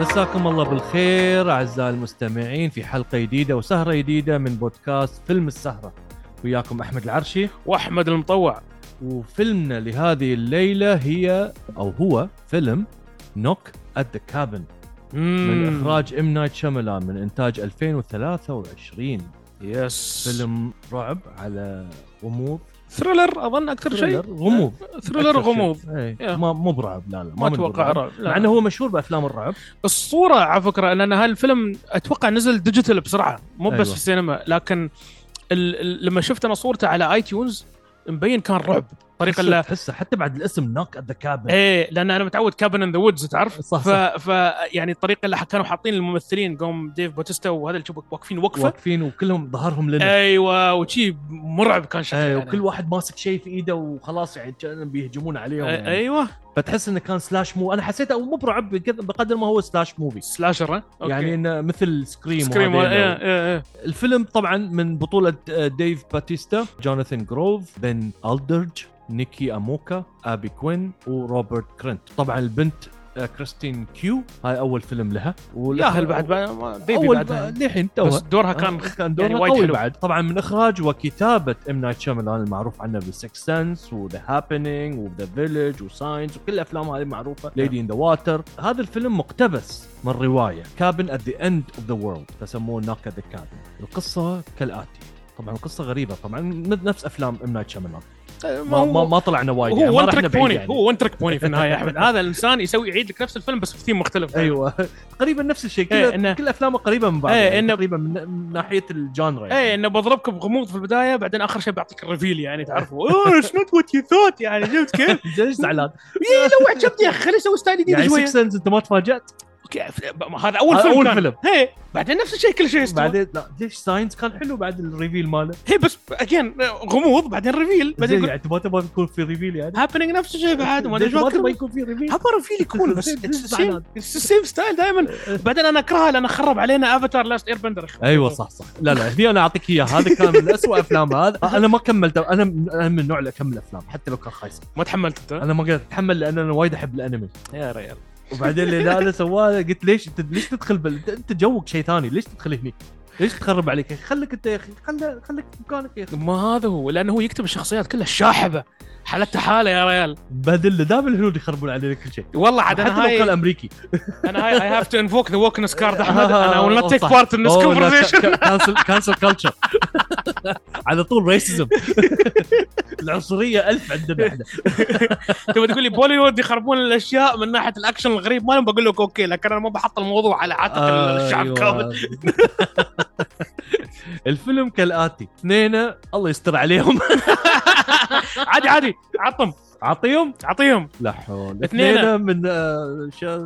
مساكم الله بالخير اعزائي المستمعين في حلقه جديده وسهره جديده من بودكاست فيلم السهره وياكم احمد العرشي واحمد المطوع وفيلمنا لهذه الليله هي او هو فيلم نوك ات ذا كابن من اخراج ام نايت شاملان من انتاج 2023 يس فيلم رعب على غموض ثريلر اظن اكثر شيء ثريلر، غموض ثريلر أكثر شيء. غموض إيه، يا. ما مو برعب لا لا ما من اتوقع برعب. رعب لا. مع انه هو مشهور بافلام الرعب الصوره على فكره ان أنا هالفيلم اتوقع نزل ديجيتال بسرعه مو بس أيوة. في السينما لكن ال... ال... لما شفت انا صورته على اي تيونز مبين كان رعب طريقه تحسه- لا تحسه حتى بعد الاسم نوك ات ذا كابن ايه لان انا متعود كابن ان ذا وودز تعرف صح ف... صح ف يعني الطريقه اللي كانوا حاطين الممثلين قوم ديف بوتيستا وهذا اللي شوف واقفين وقفه واقفين وكلهم ظهرهم لنا ايوه وشي مرعب كان شكله اي يعني. وكل واحد ماسك شيء في ايده وخلاص يعني كانهم بيهجمون عليهم أي- يعني. ايوه فتحس انه كان سلاش مو انا حسيته مو برعب بقد- بقدر ما هو سلاش موفي سلاشر ها؟ أوكي. يعني انه مثل سكريم, سكريم وهذيلا. ايه ايه ايه الفيلم طبعا من بطوله آه، ديف باتيستا جوناثان جروف بن الدرج نيكي اموكا ابي كوين وروبرت كرنت طبعا البنت آه، كريستين كيو هاي اول فيلم لها لا هل بعد بعد- ما- بيبي اول بعدها. للحين توها بس دورها كان كان يعني دورها وايد قوي حلو. بعد طبعا من اخراج وكتابه ام نايت شاملان المعروف عنه بالسكس سنس وذا هابينينج وذا فيلج وساينز وكل الافلام هذه معروفه ليدي ان ذا واتر هذا الفيلم مقتبس من روايه كابن ات ذا اند اوف ذا وورلد فسموه ناكا ذا كابن القصه كالاتي طبعا القصه غريبه طبعا نفس افلام ام نايت شاملان ما, ما, ما طلعنا وايد هو ما ون رحنا تريك بعيد بوني يعني. هو ون تريك بوني في النهايه يا احمد هذا الانسان يسوي يعيد لك نفس الفيلم بس في ثيم مختلف ايوه تقريبا نفس الشيء إيه، كل إنه- كل افلامه قريبه من بعض إيه، يعني إنه- تقريبا من من ناحيه الجانرا يعني. ايه انه بضربك بغموض في البدايه بعدين اخر شيء بعطيك الريفيل يعني تعرفوا اوه اتس نوت وات يو ثوت يعني شفت كيف؟ ليش زعلان؟ يا لو عجبني يا اخي خليني اسوي ستايل جديد يعني شويه سكس سنس انت ما تفاجات؟ اوكي هذا اول هذا فيلم أول كان. فيلم. ايه بعدين نفس الشيء كل شيء يستوى. بعدين لا ليش ساينس كان حلو بعد الريفيل ماله هي بس اجين غموض بعدين ريفيل بعدين زين يقول يعني انت ما تبغى يكون في ريفيل يعني هابينج نفس الشيء بعد وما ادري زين، ما شو تبغى أكثر. يكون في ريفيل هذا ريفيل يكون بس زين، اتس زعلان. السيم ستايل دائما بعدين انا اكرهها لان خرب علينا افاتار لاست اير بندر ايوه صح صح لا لا هني انا اعطيك اياه هذا كان من اسوء افلام هذا انا ما كملت انا من- أنا من النوع اللي اكمل افلام حتى لو كان خايس ما تحملت انت انا ما قدرت اتحمل لان انا وايد احب الانمي يا ريال وبعدين اللي لا انا سواه قلت ليش انت ليش تدخل بال... أنت- انت جوك شيء ثاني ليش تدخل هني؟ ليش تخرب عليك؟ خليك انت يا اخي خل- خليك في مكانك يا اخي ما هذا هو لانه هو يكتب الشخصيات كلها الشاحبه حالتها حاله يا ريال بدل دائما الهنود يخربون علينا كل شيء والله عاد حتى لو انا كان هاي امريكي انا هاي اي هاف تو انفوك ذا ووكنس كارد احمد آه، انا ويل نوت تيك صح. Oh, بارت ان ذيس كونفرزيشن كانسل كانسل كلتشر على طول ريسزم العنصريه ألف عندنا احنا تبي تقول لي بوليوود يخربون الاشياء من ناحيه الاكشن الغريب ما لهم بقول لك اوكي لكن انا ما بحط الموضوع على عاتق أيوة. الشعب كامل الفيلم كالاتي اثنين الله يستر عليهم عادي عادي عطهم اعطيهم اعطيهم لا حول اثنين. اثنين من آه، شا-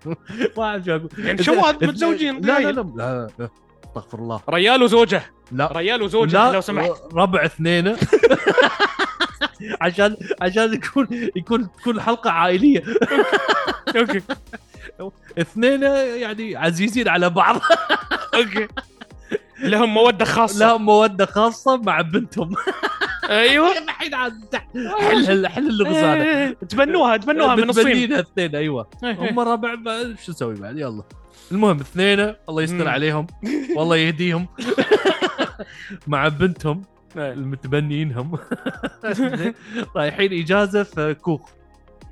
ما اعرف شو اقول يعني شواد متزوجين يعني. لا لا لا لا لا. استغفر الله ريال وزوجه لا ريال وزوجه لا، لو سمحت ربع اثنين عشان عشان يكون يكون تكون الحلقه عائليه اوكي اثنين يعني عزيزين على بعض اوكي لهم موده خاصه لهم موده خاصه مع بنتهم ايوه الحين عاد تح- حل حل اللغز هذا إيه، تبنوها تبنوها من الصين متبنينها اثنين ايوه إيه، إيه. هم ربع ما- شو نسوي بعد يلا المهم اثنين الله يستر مم. عليهم والله يهديهم مع بنتهم إيه. المتبنيينهم زين، رايحين اجازه في كوخ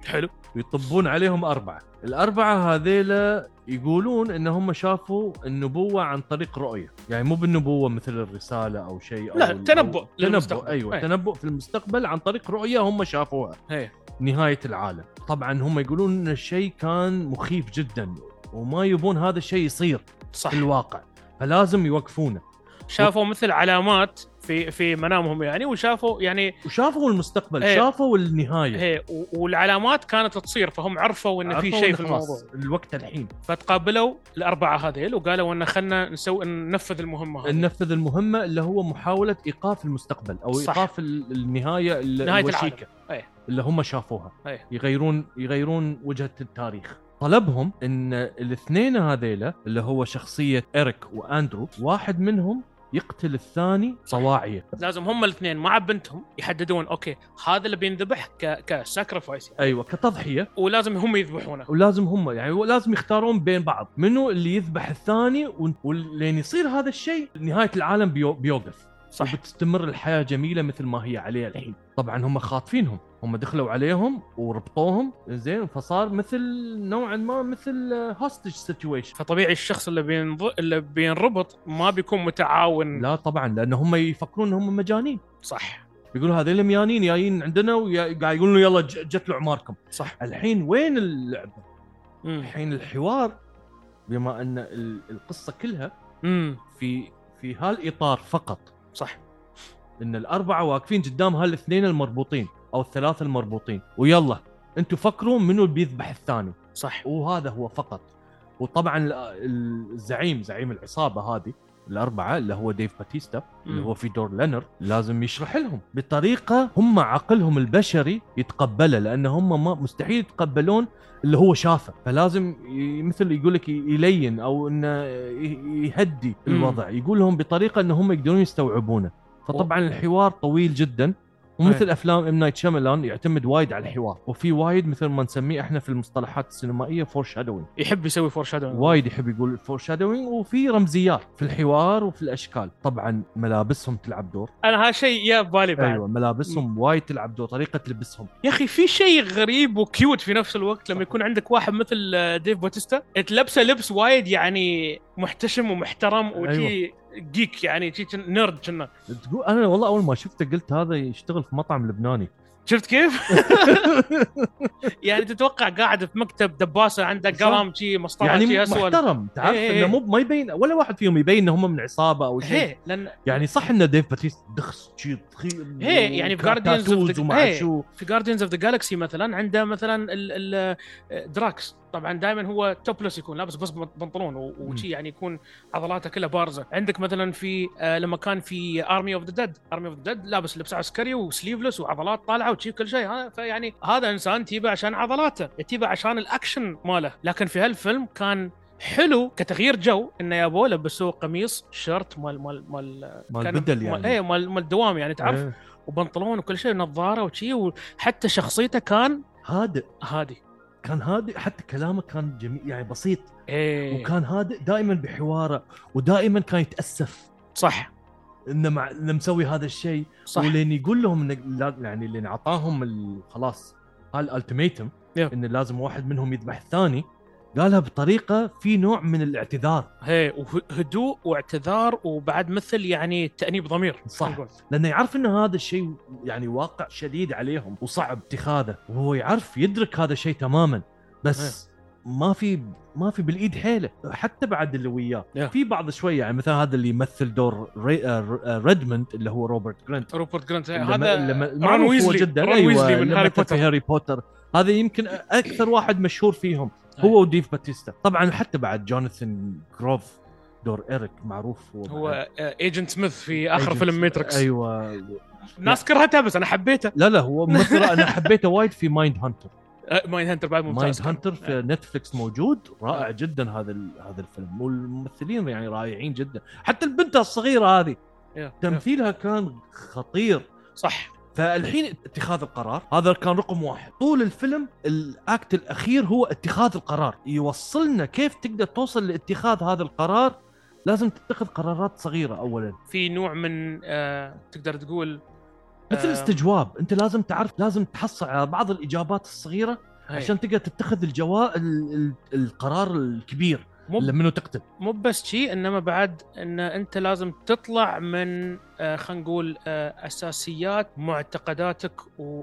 حلو ويطبون عليهم اربعه الاربعه هذيلا يقولون ان هم شافوا النبوه عن طريق رؤيه يعني مو بالنبوه مثل الرساله او شيء أو لا، أو- تنبؤ تنبؤ للمستقبل. إيه. ايوه أي. تنبؤ في المستقبل عن طريق رؤيه هم شافوها إيه. نهايه العالم طبعا هم يقولون ان الشيء كان مخيف جدا وما يبون هذا الشيء يصير صح في الواقع فلازم يوقفونه شافوا مثل علامات في في منامهم يعني وشافوا إيه. يعني وشافوا المستقبل إيه. شافوا النهايه هي و- والعلامات كانت تصير فهم عرفوا ان في عرفوا شيء إن في خلاص الموضوع الوقت الحين فتقابلوا الاربعه هذيل وقالوا ان خلنا نسوي ننفذ المهمه هذه ننفذ المهمه اللي هو محاوله ايقاف المستقبل او صح. ايقاف ال- النهايه ال- نهاية أيوة. الوشيكه العالم. أي. اللي هم شافوها أي. يغيرون يغيرون وجهه التاريخ طلبهم ان الاثنين هذيلا اللي هو شخصيه اريك واندرو واحد منهم يقتل الثاني صواعيه لازم هم الاثنين مع بنتهم يحددون اوكي هذا اللي بينذبح ك كساكرفايس ايوه كتضحيه ولازم هم يذبحونه ولازم هم يعني لازم يختارون بين بعض منو اللي يذبح الثاني ون- ولين يصير هذا الشيء نهايه العالم بيو- بيوقف صح وبتستمر الحياه جميله مثل ما هي عليها الحين طبعا هم خاطفينهم هم دخلوا عليهم وربطوهم زين فصار مثل نوعا ما مثل هوستج سيتويشن فطبيعي الشخص اللي بينض... اللي بينربط ما بيكون متعاون لا طبعا لان هم يفكرون انهم مجانين صح يقولوا هذول مجانين جايين عندنا وقاعد يقولون يلا ج- جت له عماركم صح الحين وين اللعبه؟ امم الحين الحوار بما ان ال- القصه كلها امم في في هالاطار فقط صح ان الاربعه واقفين قدام هالاثنين المربوطين او الثلاثه المربوطين ويلا انتم فكروا منو اللي بيذبح الثاني صح وهذا هو فقط وطبعا ال- ال- الزعيم زعيم العصابه هذه الاربعه اللي هو ديف باتيستا اللي مم. هو في دور لينر لازم يشرح لهم بطريقه هم عقلهم البشري يتقبله لان هم ما مستحيل يتقبلون اللي هو شافه فلازم ي- مثل يقول لك ي- يلين او انه ي- يهدي مم. الوضع يقول لهم بطريقه ان هم يقدرون يستوعبونه فطبعا الحوار طويل جدا ومثل افلام ام نايت شاملان يعتمد وايد على الحوار وفي وايد مثل ما نسميه احنا في المصطلحات السينمائيه فور شادوينج يحب يسوي فور شادو وايد يحب يقول فور شادوينج وفي رمزيات في الحوار وفي الاشكال طبعا ملابسهم تلعب دور انا هذا شيء يا ببالي بعد ايوه ملابسهم وايد تلعب دور طريقه لبسهم يا اخي في شيء غريب وكيوت في نفس الوقت لما يكون عندك واحد مثل آه، ديف بوتيستا تلبسه لبس وايد يعني محتشم ومحترم وشي أيوه. جيك يعني شي كن- نيرد كنا تقول انا والله اول ما شفته قلت هذا يشتغل في مطعم لبناني شفت كيف؟ يعني تتوقع قاعد في مكتب دباسه عنده صح. قلم شي مسطره يعني شي اسود محترم تعرف إيه، انه إيه. مو ما يبين ولا واحد فيهم يبين انه هم من عصابه او شيء هي لان يعني صح انه ديف باتيست دخس شيء تخيل إيه، يعني في Guardians of the- وما أعرف إيه. شو في جاردينز اوف ذا جالكسي مثلا عنده مثلا ال ال دراكس طبعا دائما هو توبلس يكون لابس بس بنطلون و- وشي يعني يكون عضلاته كلها بارزه عندك مثلا في آه، لما كان في ارمي اوف ذا ديد ارمي اوف ذا ديد لابس لبس عسكري وسليفلس وعضلات طالعه وشي كل شيء ها فيعني هذا انسان تيبه عشان عضلاته تيبه عشان الاكشن ماله لكن في هالفيلم كان حلو كتغيير جو انه يا بو لبسوه قميص شيرت مال مال مال مال كان- بدل يعني مال ايه مال مال دوام يعني تعرف إيه. وبنطلون وكل شيء ونظاره وشي وحتى شخصيته كان هادئ هادي كان هادئ حتى كلامه كان جميل يعني بسيط ايه وكان هادئ دائما بحواره ودائما كان يتاسف صح انه مع انه مسوي هذا الشيء صح ولين يقول لهم إن لا- يعني لين اعطاهم ال- خلاص الالتيميتم Yeah. انه لازم واحد منهم يذبح الثاني قالها بطريقه في نوع من الاعتذار ايه وهدوء واعتذار وبعد مثل يعني تانيب ضمير صح. نقول. لانه يعرف ان هذا الشيء يعني واقع شديد عليهم وصعب اتخاذه وهو يعرف يدرك هذا الشيء تماما بس ما في ما في بالايد حيله حتى بعد اللي وياه Yeah. في بعض شويه يعني مثلا هذا اللي يمثل دور ري... آه، ر- آه، ريدموند اللي هو روبرت جرينت روبرت جرانت اللي- هذا اللي رون معروف هو ويزلي- جدا رون أيوة، ويزلي من اللي هاري مثل في بوتر. هاري بوتر هذا يمكن اكثر واحد مشهور فيهم أيوة. هو وديف باتيستا طبعا حتى بعد جوناثان جروف دور ايريك معروف هو بعد. هو ايجنت سميث في اخر Agent- فيلم ماتريكس ايوه ناس كرهتها بس انا حبيته لا لا هو ممثل انا حبيته وايد في مايند هانتر ماين هانتر آه، بعد مايند ممتاز أيوة. كان. هانتر في نتفلكس موجود رائع جدا هذا ال- هذا الفيلم والممثلين يعني رائعين جدا حتى البنت الصغيره هذه إيه، إيه. تمثيلها كان خطير صح فالحين اتخاذ القرار هذا كان رقم واحد طول الفيلم الاكت الاخير هو اتخاذ القرار يوصلنا كيف تقدر توصل لاتخاذ هذا القرار لازم تتخذ قرارات صغيره اولا في نوع من آه تقدر تقول مثل آه. استجواب انت لازم تعرف لازم تحصل على بعض الاجابات الصغيره هي. عشان تقدر تتخذ الجوا ال... ال... القرار الكبير مو اللي منه تقتل مو بس شيء انما بعد ان انت لازم تطلع من آه، خلينا نقول آه، اساسيات معتقداتك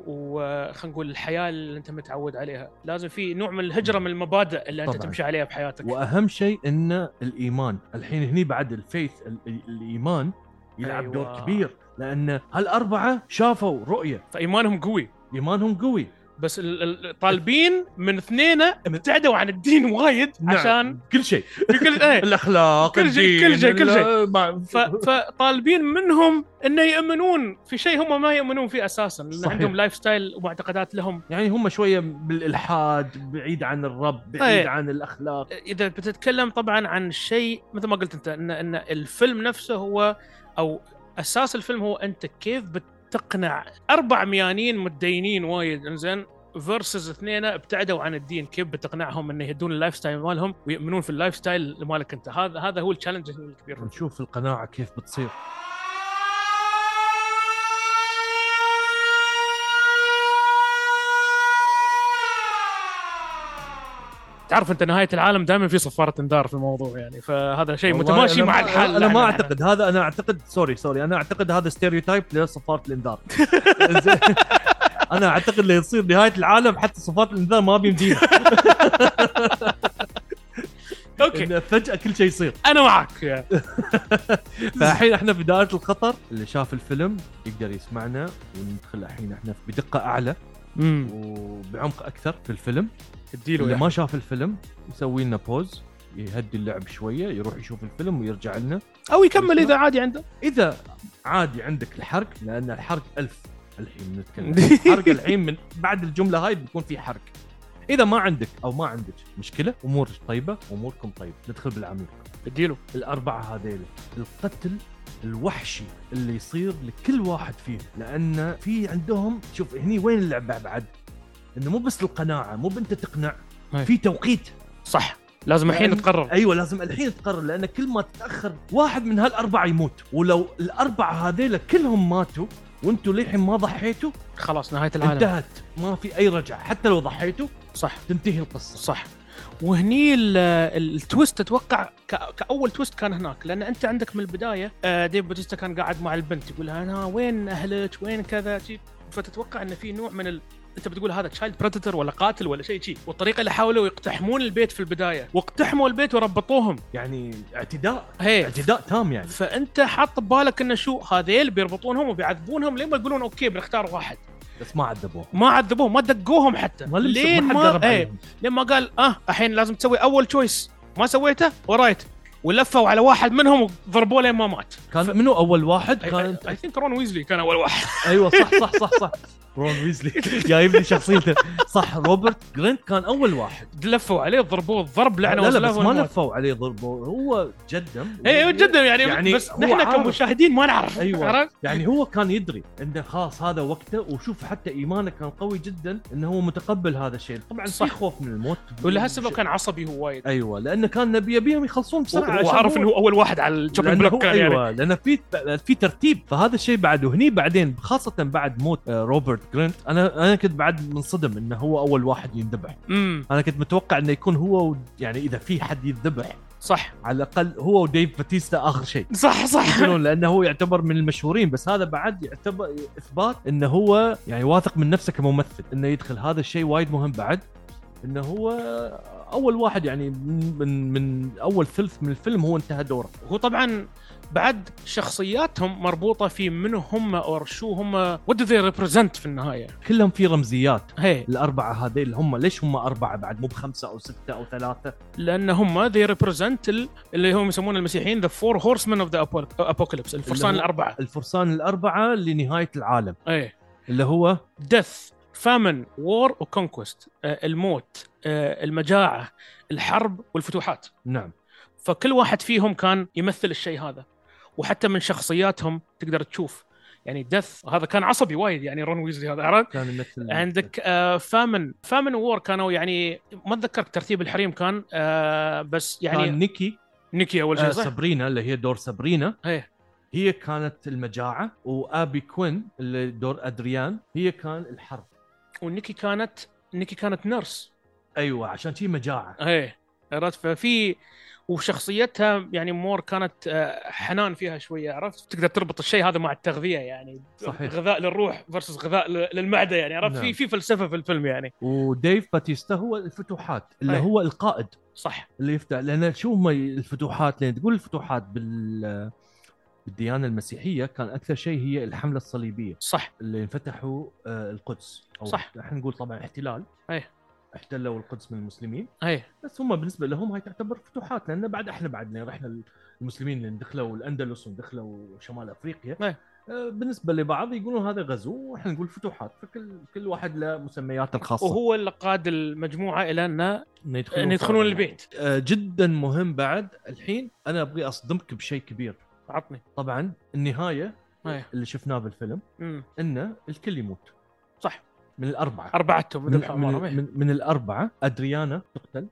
وخلينا نقول الحياه اللي انت متعود عليها، لازم في نوع من الهجره من المبادئ اللي انت طبعاً. تمشي عليها بحياتك. واهم شيء ان الايمان الحين هني بعد الفيث ال... ال- الايمان يلعب أيوة. دور أيوة. كبير لان هالاربعه شافوا رؤيه فايمانهم قوي ايمانهم قوي بس ال- ال- طالبين من اثنينه ابتعدوا عن الدين وايد نعم. عشان كل شيء بكل ايه الاخلاق كل شيء- الدين، كل شيء- كل شيء. ال- ما- ف... فطالبين منهم انه يؤمنون في شيء هم ما يؤمنون فيه اساسا لان صحيح. عندهم لايف ستايل ومعتقدات لهم يعني هم شويه بالالحاد بعيد عن الرب بعيد طيب. عن الاخلاق اذا بتتكلم طبعا عن شيء مثل ما قلت انت ان ان الفيلم نفسه هو او اساس الفيلم هو انت كيف بتقنع اربع ميانين متدينين وايد انزين فيرسز اثنين ابتعدوا عن الدين كيف بتقنعهم انه يهدون اللايف ستايل مالهم ويؤمنون في اللايف ستايل مالك انت هذا هذا هو التشالنج الكبير نشوف القناعه كيف بتصير تعرف انت نهايه العالم دائما في صفاره انذار في الموضوع يعني فهذا شيء والله متماشي أنا مع ما- الحال انا يعني. ما اعتقد هذا انا اعتقد سوري سوري انا اعتقد هذا ستيريوتايب لصفاره الانذار زين. انا اعتقد اللي يصير نهايه العالم حتى صفات الانذار ما بيمديها اوكي إنه فجاه كل شيء يصير انا معك يعني. يا. فالحين احنا في دائره الخطر اللي شاف الفيلم يقدر يسمعنا وندخل الحين احنا بدقه اعلى وبعمق اكثر في الفيلم اديله اللي يا ما شاف الفيلم يسوي لنا بوز يهدي اللعب شويه يروح يشوف الفيلم ويرجع لنا او يكمل اذا عادي عنده اذا عادي عندك الحرق لان الحرق ألف الحين نتكلم الحرق الحين من بعد الجمله هاي بيكون في حرق اذا ما عندك او ما عندك مشكله امورك طيبه اموركم طيبه ندخل بالعميق اديله الاربعه هذيل القتل الوحشي اللي يصير لكل واحد فيهم لان في عندهم شوف هني وين اللعبه بعد انه مو بس القناعه مو بنت تقنع أي. في توقيت صح لازم الحين لأن- تقرر ايوه لازم الحين تقرر لان كل ما تتاخر واحد من هالاربعه يموت ولو الاربعه هذيلا كلهم ماتوا وانتوا للحين ما ضحيتوا خلاص نهايه العالم انتهت ما في اي رجعه حتى لو ضحيتوا صح تنتهي القصه صح وهني ال- ال- التويست اتوقع ك- كاول تويست كان هناك لان انت عندك من البدايه آه، ديف باتيستا كان قاعد مع البنت يقول لها انا وين اهلك وين كذا شي. فتتوقع ان في نوع من ال... انت بتقول هذا تشايلد بريدتر ولا قاتل ولا شيء شي والطريقه اللي حاولوا يقتحمون البيت في البدايه واقتحموا البيت وربطوهم يعني اعتداء هي اعتداء تام يعني فانت حاط ببالك انه شو هذيل بيربطونهم وبيعذبونهم لين ما يقولون اوكي بنختار واحد بس ما عذبوه ما عذبوهم ما دقوهم حتى ما لمسوا- لين حد ما قرب ايه عليهم. لين ما قال اه الحين لازم تسوي اول تشويس ما سويته ورايت ولفوا على واحد منهم وضربوه لين ما مات كان منو اول واحد كان اي ثينك رون ويزلي كان اول واحد ايوه صح صح صح صح رون ويزلي جايب لي شخصيته صح روبرت جرينت كان اول واحد لفوا عليه ضربوه ضرب لا لعنه لا وسلاف بس ما ومات. لفوا عليه ضربوا هو جدم اي جدا يعني, يعني يعني بس هو نحن عارف. كمشاهدين ما نعرف أيوة. عرفت؟ يعني هو كان يدري انه خلاص هذا وقته وشوف حتى ايمانه كان قوي جدا انه هو متقبل هذا الشيء طبعا صح صح. خوف من الموت ولهالسبب كان عصبي هو وايد ايوه لانه كان نبي يبيهم يخلصون بسرعه عشان وعارف انه هو اول واحد على الشوبينج لأنه هو- بلوك كان يعني ايوه لان في في ترتيب فهذا الشيء بعد وهني بعدين خاصه بعد موت آه، روبرت جرينت انا انا كنت بعد منصدم انه هو اول واحد ينذبح امم انا كنت متوقع انه يكون هو و- يعني اذا في حد يذبح صح على الاقل هو وديف باتيستا اخر شيء صح صح يقولون لانه هو يعتبر من المشهورين بس هذا بعد يعتبر اثبات انه هو يعني واثق من نفسه كممثل انه يدخل هذا الشيء وايد مهم بعد انه هو اول واحد يعني من من, من اول ثلث من الفيلم هو انتهى دوره هو طبعا بعد شخصياتهم مربوطه في منو هم اور شو هم وات دو ذي ريبريزنت في النهايه كلهم في رمزيات هي الاربعه هذيل هم ليش هم اربعه بعد مو بخمسه او سته او ثلاثه لان هم ذي ريبريزنت اللي هم يسمون المسيحيين ذا فور هورسمن اوف ذا ابوكاليبس الفرسان اللي هو- الاربعه الفرسان الاربعه لنهايه العالم اي اللي هو ديث فامن وور وكونكوست الموت آه، المجاعه الحرب والفتوحات نعم فكل واحد فيهم كان يمثل الشيء هذا وحتى من شخصياتهم تقدر تشوف يعني ديث هذا كان عصبي وايد يعني رون ويزلي هذا عرفت كان يمثل عندك آه، فامن فامن وور كانوا يعني ما اتذكر ترتيب الحريم كان آه، بس يعني كان يعني نيكي نيكي اول آه شيء صح؟ سابرينا اللي هي دور سابرينا إيه. هي كانت المجاعه وابي كوين اللي دور ادريان هي كان الحرب ونيكي كانت نيكي كانت نيرس ايوه عشان شي مجاعه ايه عرفت ففي وشخصيتها يعني مور كانت آه، حنان فيها شويه عرفت تقدر تربط الشيء هذا مع التغذيه يعني صحيح. غذاء للروح versus غذاء ل- للمعده يعني عرفت نعم. في في فلسفه في الفيلم يعني وديف باتيستا هو الفتوحات اللي أي. هو القائد صح اللي يفتح لان شو هم الفتوحات لان تقول الفتوحات بال بالديانه المسيحيه كان اكثر شيء هي الحمله الصليبيه صح اللي انفتحوا آه، القدس او صح. احنا نقول طبعا احتلال أيه. احتلوا القدس من المسلمين اي بس هم بالنسبه لهم هاي تعتبر فتوحات لان بعد احنا بعد لأن احنا المسلمين اللي دخلوا الاندلس ودخلوا شمال افريقيا أيه. آه، بالنسبه لبعض يقولون هذا غزو واحنا نقول فتوحات فكل كل واحد له مسمياته الخاصه وهو اللي قاد المجموعه الى انه انه يدخلون ان يدخلون البيت آه، جدا مهم بعد الحين انا ابغي اصدمك بشيء كبير عطني طبعا النهايه أيه. اللي شفناه بالفيلم امم انه الكل يموت صح. من الاربعه اربعتهم من, ذبحوا من, أموالهم. من, من الاربعه ادريانا تقتل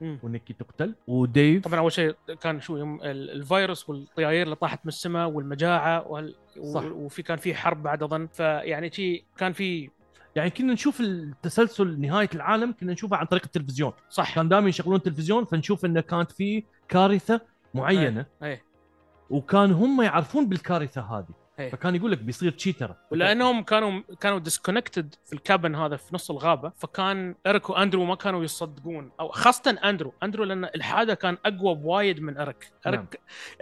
مم. ونيكي تقتل وديف طبعا اول شيء كان شو يوم ال- الفيروس والطياير اللي طاحت من السماء والمجاعه وهال و- صح. وفي كان في حرب بعد اظن فيعني شي كان في يعني كنا نشوف التسلسل نهايه العالم كنا نشوفه عن طريق التلفزيون صح كان دائما يشغلون التلفزيون فنشوف انه كانت في كارثه معينه أي. وكان هم يعرفون بالكارثه هذه أي. فكان يقول لك بيصير شي ترى ولانهم كانوا كانوا ديسكونكتد في الكابن هذا في نص الغابه فكان اريك واندرو ما كانوا يصدقون او خاصه اندرو اندرو لان الحاده كان اقوى بوايد من اريك اريك نعم.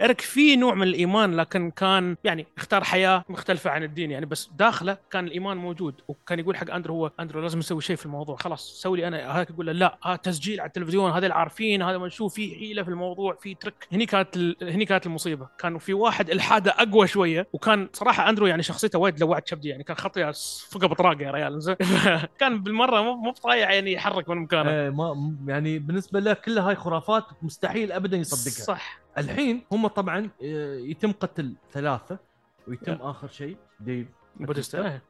اريك في نوع من الايمان لكن كان يعني اختار حياه مختلفه عن الدين يعني بس داخله كان الايمان موجود وكان يقول حق اندرو هو اندرو لازم نسوي شيء في الموضوع خلاص سوي لي انا هذاك يقول له لا ها تسجيل على التلفزيون هذا اللي عارفين هذا ما نشوف في حيله في الموضوع في ترك هني كانت ال... هني كانت المصيبه كان في واحد الحاده اقوى شويه وكان صراحه اندرو يعني شخصيته وايد لوعت كبدي يعني كان خطيه فقه بطراقه يا ريال زين. كان بالمره مو مو بطايع يعني يحرك من مكانه آه، ما م- يعني بالنسبه له كل هاي خرافات مستحيل ابدا يصدقها صح الحين هم طبعا آه، يتم قتل ثلاثه ويتم اخر شيء ديف بوديستا إيه.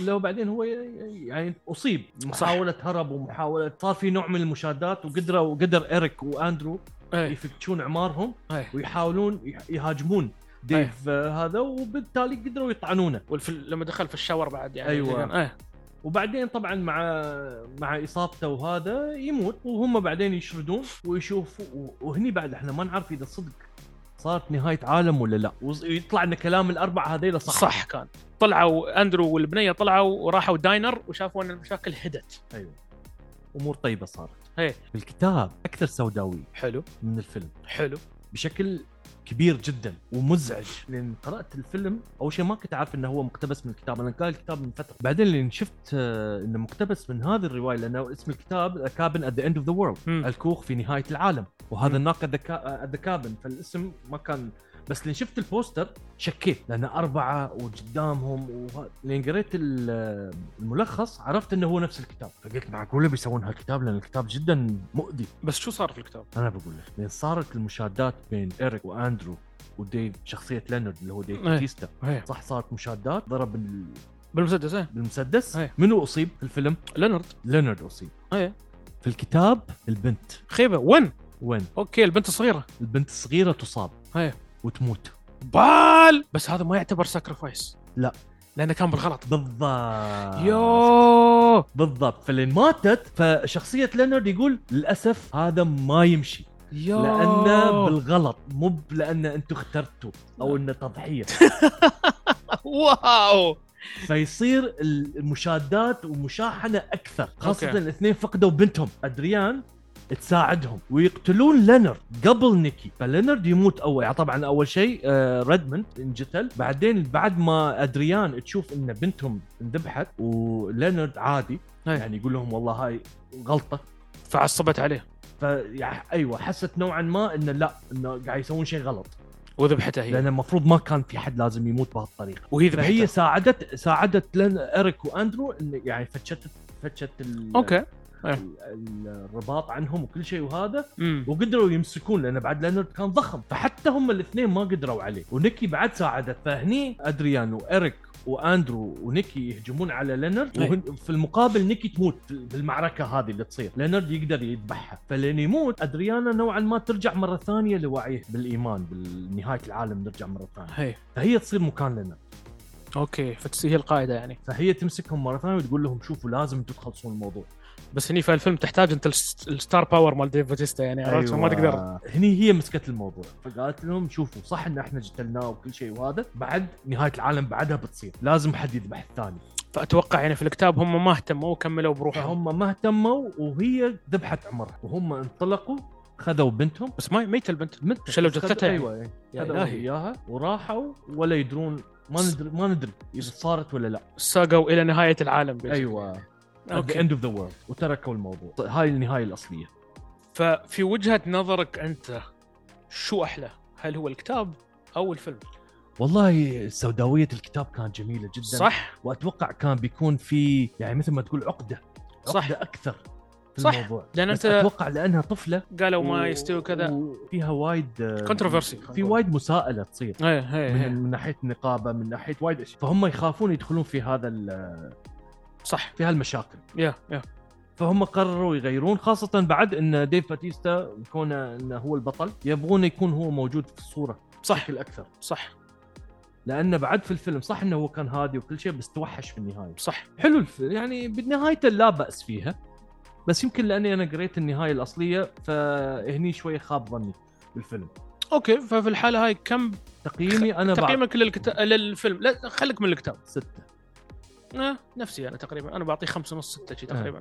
لو بعدين هو ي- يعني اصيب محاوله هرب ومحاوله صار في نوع من المشادات وقدروا وقدر اريك واندرو إيه. يفتشون عمارهم إيه. ويحاولون يح- يهاجمون ديف آه، هذا وبالتالي قدروا يطعنونه والف... لما دخل في الشاور بعد يعني أيوة. كان- إيه. وبعدين طبعا مع مع اصابته وهذا يموت وهم بعدين يشردون ويشوفوا و- وهني بعد احنا ما نعرف اذا صدق صارت نهايه عالم ولا لا وز- ويطلع ان كلام الاربعه هذيلا صح صح, صح كان طلعوا اندرو والبنيه طلعوا وراحوا داينر وشافوا ان المشاكل هدت ايوه امور طيبه صارت إيه. الكتاب اكثر سوداوي حلو من الفيلم حلو بشكل كبير جدا ومزعج لان قرات الفيلم اول شيء ما كنت عارف انه هو مقتبس من الكتاب انا قاري الكتاب من فتره بعدين لين شفت آه، انه مقتبس من هذه الروايه لانه اسم الكتاب كابن ات ذا اند اوف ذا وورلد مم. الكوخ في نهايه العالم وهذا مم. الناق ذا كابن فالاسم ما كان بس لين شفت البوستر شكيت لان اربعه وقدامهم وه... لين قريت ال- الملخص عرفت انه هو نفس الكتاب فقلت معقوله بيسوون هالكتاب لان الكتاب جدا مؤذي بس شو صار في الكتاب؟ انا بقول لك لان صارت المشادات بين ايريك واندرو وديف شخصيه لينارد اللي هو ديف إيه. باتيستا صح صارت مشادات ضرب بال- بالمسدس ايه بالمسدس إيه. منو اصيب في الفيلم؟ لينارد لينارد اصيب ايه في الكتاب البنت خيبه وين؟ وين؟ اوكي البنت الصغيره البنت الصغيره تصاب إيه. وتموت بال بس هذا ما يعتبر ساكرفايس لا. لانه كان بالغلط آه. بالضبط يو بالضبط فلين ماتت فشخصيه لينارد يقول للاسف هذا ما يمشي يو لانه بالغلط مو ب- لانه انتم اخترتوا او انه تضحيه واو فيصير المشادات ومشاحنه اكثر خاصه أوكي. الاثنين فقدوا بنتهم ادريان تساعدهم ويقتلون لينارد قبل نيكي فلينارد يموت اول يعني طبعا اول شيء آه، ريدموند انقتل بعدين بعد ما ادريان تشوف ان بنتهم انذبحت ولينارد عادي أي. يعني يقول لهم والله هاي غلطه فعصبت عليه فيعني ايوه حست نوعا ما انه لا انه قاعد يسوون شيء غلط وذبحته هي لان المفروض ما كان في حد لازم يموت بهالطريقه وهي فهي ذبحته ساعدت ساعدت لنا اريك واندرو إن يعني فتشت فتشت ال- اوكي ال- ال- الرباط عنهم وكل شيء وهذا مم. وقدروا يمسكون لان بعد لينارد كان ضخم فحتى هم الاثنين ما قدروا عليه ونيكي بعد ساعدت فهني ادريان واريك واندرو ونيكي يهجمون على لينارد أي. وهن- في المقابل نيكي تموت في المعركه هذه اللي تصير لينارد يقدر يذبحها فلين يموت ادريانا نوعا ما ترجع مره ثانيه لوعيه بالايمان بنهايه العالم نرجع مره ثانيه هي فهي تصير مكان لينارد اوكي فتصير هي القاعده يعني فهي تمسكهم مره ثانيه وتقول لهم شوفوا لازم انتم تخلصون الموضوع بس هني في الفيلم تحتاج انت الس- الستار باور مال ديف باتيستا يعني عرفت أيوة. ما تقدر هني هي مسكت الموضوع فقالت لهم شوفوا صح ان احنا قتلناه وكل شيء وهذا بعد نهايه العالم بعدها بتصير لازم حد يذبح الثاني فاتوقع يعني في الكتاب هم ما اهتموا وكملوا بروحهم فهم ما اهتموا وهي ذبحت عمرها وهم انطلقوا خذوا بنتهم بس ما ميته البنت بنت شلوا جثتها يعني. ايوه يا خذوا إلهي. اياها وراحوا ولا يدرون ما ندري ما ندري اذا صارت ولا لا ساقوا الى نهايه العالم basically. ايوه at the أوكي. طيب، end of the world وتركوا الموضوع هاي النهايه الاصليه ففي وجهه نظرك انت شو احلى؟ هل هو الكتاب او الفيلم؟ والله سوداويه الكتاب كانت جميله جدا صح؟ واتوقع كان بيكون في يعني مثل ما تقول عقده صح. عقده اكثر في صح. الموضوع لان بس انت اتوقع لانها طفله قالوا و- ما يستوي كذا وفيها وايد آه، كونتروفرسي في وايد مساءله تصير ايه ايه من, إيه. من ناحيه النقابه من ناحيه وايد اشياء فهم يخافون يدخلون في هذا ال- صح في هالمشاكل يا يا فهم قرروا يغيرون خاصه بعد ان ديف باتيستا كونه انه هو البطل يبغون يكون هو موجود في الصوره صح بشكل اكثر صح لانه بعد في الفيلم صح انه هو كان هادي وكل شيء بس توحش في النهايه صح حلو الفيلم يعني بنهايته لا باس فيها بس يمكن لاني انا قريت النهايه الاصليه فهني شويه خاب ظني بالفيلم اوكي ففي الحاله هاي كم تقييمي انا بعد تقييمك للكتاب للفيلم لا خليك من الكتاب سته آه نفسي انا تقريبا انا بعطيه خمسة ونص ستة شي آه. تقريبا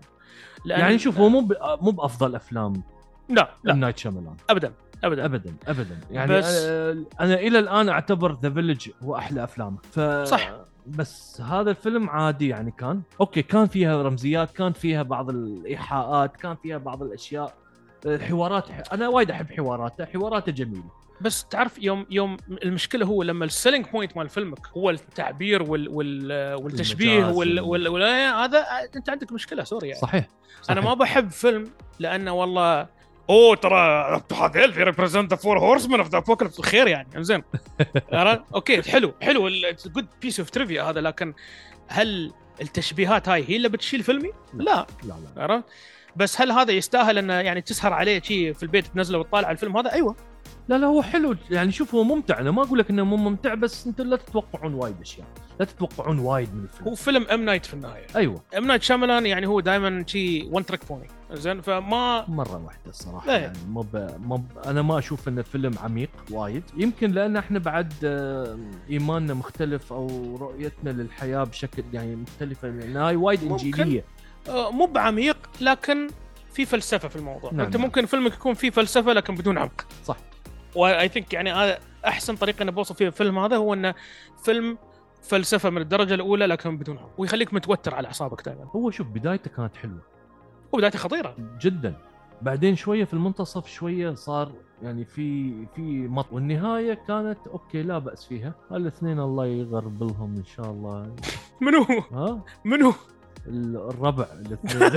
لأن- يعني شوف هو مو ب- مو بافضل افلام لا لا نايت شاملان ابدا ابدا ابدا ابدا يعني بس- أنا, انا الى الان اعتبر ذا فيلج هو احلى افلامه ف صح. بس هذا الفيلم عادي يعني كان اوكي كان فيها رمزيات كان فيها بعض الايحاءات كان فيها بعض الاشياء الحوارات انا وايد احب حواراته حواراته جميله بس تعرف يوم يوم المشكله هو لما السيلينج بوينت مال فيلمك هو التعبير وال وال والتشبيه المجاز وال وال- وال وال هذا انت عندك مشكله سوري يعني. صحيح, انا ما بحب فيلم لانه والله اوه ترى هذيل في ريبريزنت ذا فور هورسمان اوف ذا ابوكاليبس خير يعني زين عرفت؟ اوكي حلو حلو جود بيس اوف تريفيا هذا لكن هل التشبيهات هاي هي اللي بتشيل فيلمي؟ لا لا لا عرفت؟ بس هل هذا يستاهل انه يعني تسهر عليه شي في البيت تنزله وتطالع الفيلم هذا؟ ايوه لا لا هو حلو يعني شوف هو ممتع انا ما اقول لك انه مو ممتع بس انتم لا تتوقعون وايد اشياء لا تتوقعون وايد من الفيلم هو فيلم ام نايت في النهايه ايوه ام نايت شاملان يعني هو دائما شي ون تريك بوني زين فما مره واحده الصراحه إيه. يعني مو ب... مو ب... انا ما اشوف ان الفيلم عميق وايد يمكن لان احنا بعد آه، ايماننا مختلف او رؤيتنا للحياه بشكل يعني مختلفه لان هاي وايد ممكن. انجيليه آه، مو بعميق لكن في فلسفه في الموضوع نعم، نعم انت نعم. ممكن فيلمك يكون فيه فلسفه لكن بدون عمق صح. واي ثينك يعني هذا احسن طريقه انا بوصف فيها الفيلم هذا هو انه فيلم فلسفه من الدرجه الاولى لكن بدون عمق ويخليك متوتر على اعصابك دائما هو شوف بدايته كانت حلوه وبدايته خطيره جدا بعدين شويه في المنتصف شويه صار يعني في في مط والنهايه كانت اوكي لا باس فيها الاثنين الله يغربلهم ان شاء الله منو ها منو ال- الربع الاثنين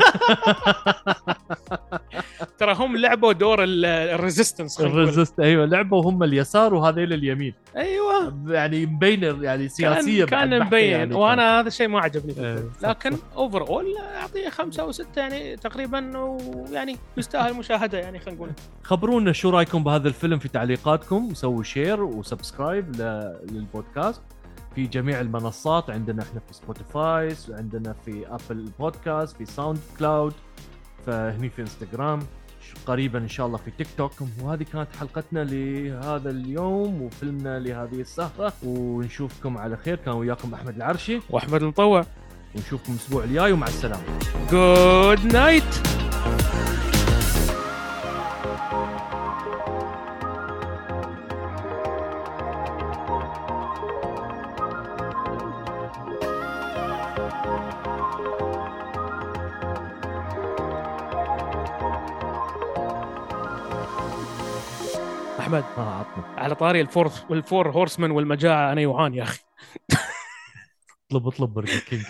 ترى هم لعبوا دور ال- الريزيستنس خلينا نقول. الريزست ايوه لعبه وهم اليسار وهذيل اليمين ايوه يعني مبينه يعني سياسيه كان, بعد كان بحتة مبين يعني وانا هذا الشيء ما عجبني في إيه، الفيلم. صح، لكن اوفر اول اعطيه خمسه او سته يعني تقريبا ويعني يستاهل مشاهده يعني خلينا نقول خبرونا شو رايكم بهذا الفيلم في تعليقاتكم سووا شير وسبسكرايب ل- للبودكاست في جميع المنصات عندنا احنا في سبوتيفاي وعندنا في ابل بودكاست في ساوند كلاود فهني في انستغرام ش- قريبا ان شاء الله في تيك توك وهذه كانت حلقتنا لهذا اليوم وفيلمنا لهذه السهره ونشوفكم على خير كان وياكم احمد العرشي واحمد المطوع ونشوفكم الاسبوع الجاي ومع السلامه Good night. احمد ها عطنا على طاري الفور الفور هورسمان والمجاعه انا يوعان يا اخي اطلب اطلب برجر كينج